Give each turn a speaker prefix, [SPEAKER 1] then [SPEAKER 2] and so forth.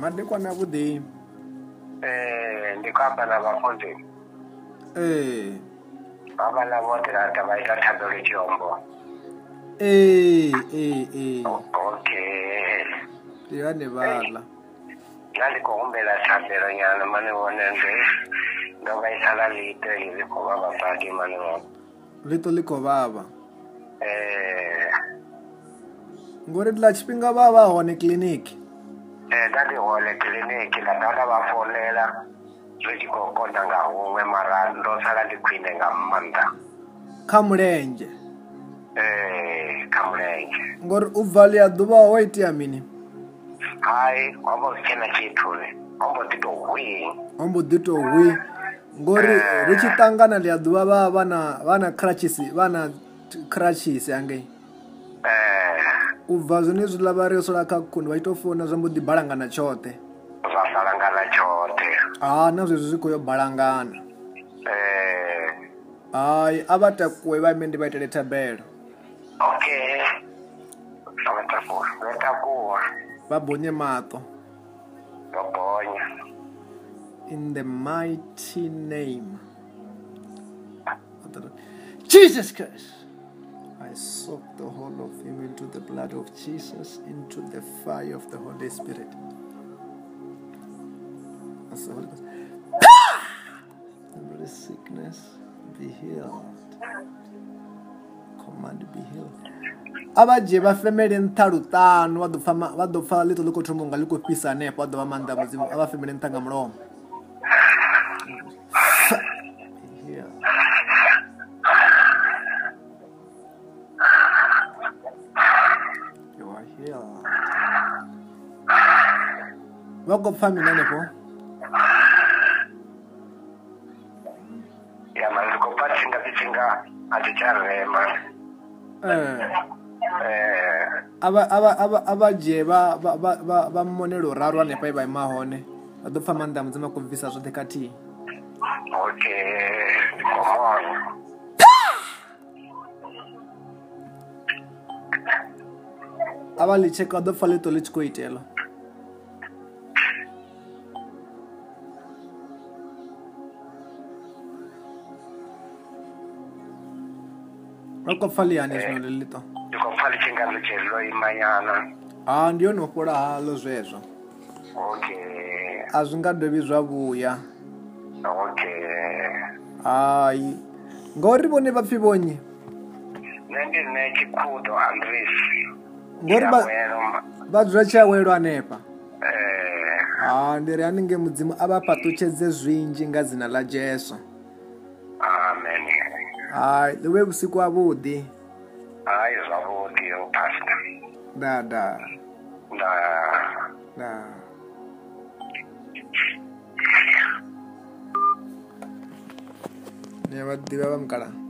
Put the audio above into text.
[SPEAKER 1] madekwana yavhuḓi
[SPEAKER 2] eh ndi khou amba na vhafunzi
[SPEAKER 1] ee
[SPEAKER 2] vhavhana vhoṱhe na ḓa vha ita thabelo tshiombo
[SPEAKER 1] ee ee ee
[SPEAKER 2] okay
[SPEAKER 1] ndi hanevhaḽa
[SPEAKER 2] na ndi khou humbela thabelo nyana mane wone ndi ndo vhaisala ḽito iḽi ḽi khou vhavha badi mane wone
[SPEAKER 1] ḽito ḽi khou vhavha
[SPEAKER 2] eh
[SPEAKER 1] ngori ḽa tshifhinga vha vha hone kiḽiniki
[SPEAKER 2] eh nda ndi hone kiḽiniki nda dovha vha founela zwi tshi khou konḓa nga huṅwe mara ndo sala ndi khwine nga maanḓa
[SPEAKER 1] kha mulenzhe
[SPEAKER 2] eh kha mulenzhe
[SPEAKER 1] ngori u bva ḽi a ḓuvha ho itea mini
[SPEAKER 2] hai ho mbo si tshena tshithu ni ho mbo ḓi tou hwii
[SPEAKER 1] ho mbo ḓi tou hwi ngori ri tshi ṱangana ḽi a ḓuvha vha vha na vha na crutches vha na t- crutches hangei
[SPEAKER 2] eh
[SPEAKER 1] u bva zwone zwiḽa vha ri yo sola kha khundi vha tshi tou founa zwa mbo ḓi balangana tshoṱhe
[SPEAKER 2] zwa salangana tshoṱhe
[SPEAKER 1] ha na zwezwi zwi khou yo balangana
[SPEAKER 2] eh
[SPEAKER 1] hai a vha takuwe vha ime ndi vha itele thabelo
[SPEAKER 2] okay vha takuwa vha takuwa
[SPEAKER 1] vha bonye maṱo
[SPEAKER 2] vha bonya
[SPEAKER 1] in the mighty name of the Lord. Jesus Christ. I soak the whole of him into the blood of Jesus, into the fire of the Holy Spirit. That's the Holy Ghost. Every sickness be healed. Command be healed. a vha dzhie vha femele nṱha luṱanu vha ḓo pfa ma- vha ḓo pfa ḽito ḽi khou thombo nga ḽi khou fhisa hanefho vha ḓo vha maanḓa a mudzimu a vha femele nṱha nga mulomo Yeah. You are healed. vha khou pfa mini hanefho
[SPEAKER 2] ya mara ndi khou pfa tsinga tsinga a thi tsha rema
[SPEAKER 1] Eh,
[SPEAKER 2] eh
[SPEAKER 1] a vha- a vha- a vha- a vha dzhie vha- vha- vha- vha- vha mmonele uraru hanefha e vha ima hone vha ḓo pfa maanḓa a mudzimu a khou bvisa zwoṱhe khathihi
[SPEAKER 2] okay ndi khou mona
[SPEAKER 1] a vha ḽi tsheka vha ḓo pfa ḽito ḽi tshi khou itela vha khou pfa ḽi hani zwino ḽi ḽito
[SPEAKER 2] ndi khou pfa litsinga ḽi tshe ḽo ima nyana
[SPEAKER 1] ha ndi yone u fhola haḽo zwezwo
[SPEAKER 2] okay
[SPEAKER 1] a zwi nga dovhi zwa vhuya
[SPEAKER 2] okay
[SPEAKER 1] hai ngori vhone vha pfhi vhonyi
[SPEAKER 2] nṋe ndi nṋe tshikhudo andres
[SPEAKER 1] ngori
[SPEAKER 2] Ya
[SPEAKER 1] vha,
[SPEAKER 2] welo ma-
[SPEAKER 1] vha dzula tshiawelwa hanefha
[SPEAKER 2] eh
[SPEAKER 1] ha ndi ri haningei mudzimu a vha fhaṱutshedze zwinzhi nga dzina ḽa jesu
[SPEAKER 2] amen
[SPEAKER 1] hai ḽi vhe vhusiku havhuḓi
[SPEAKER 2] hayi zwavhuḓi yo pasta
[SPEAKER 1] da da
[SPEAKER 2] nda
[SPEAKER 1] da ni a vha ḓivha vha mukala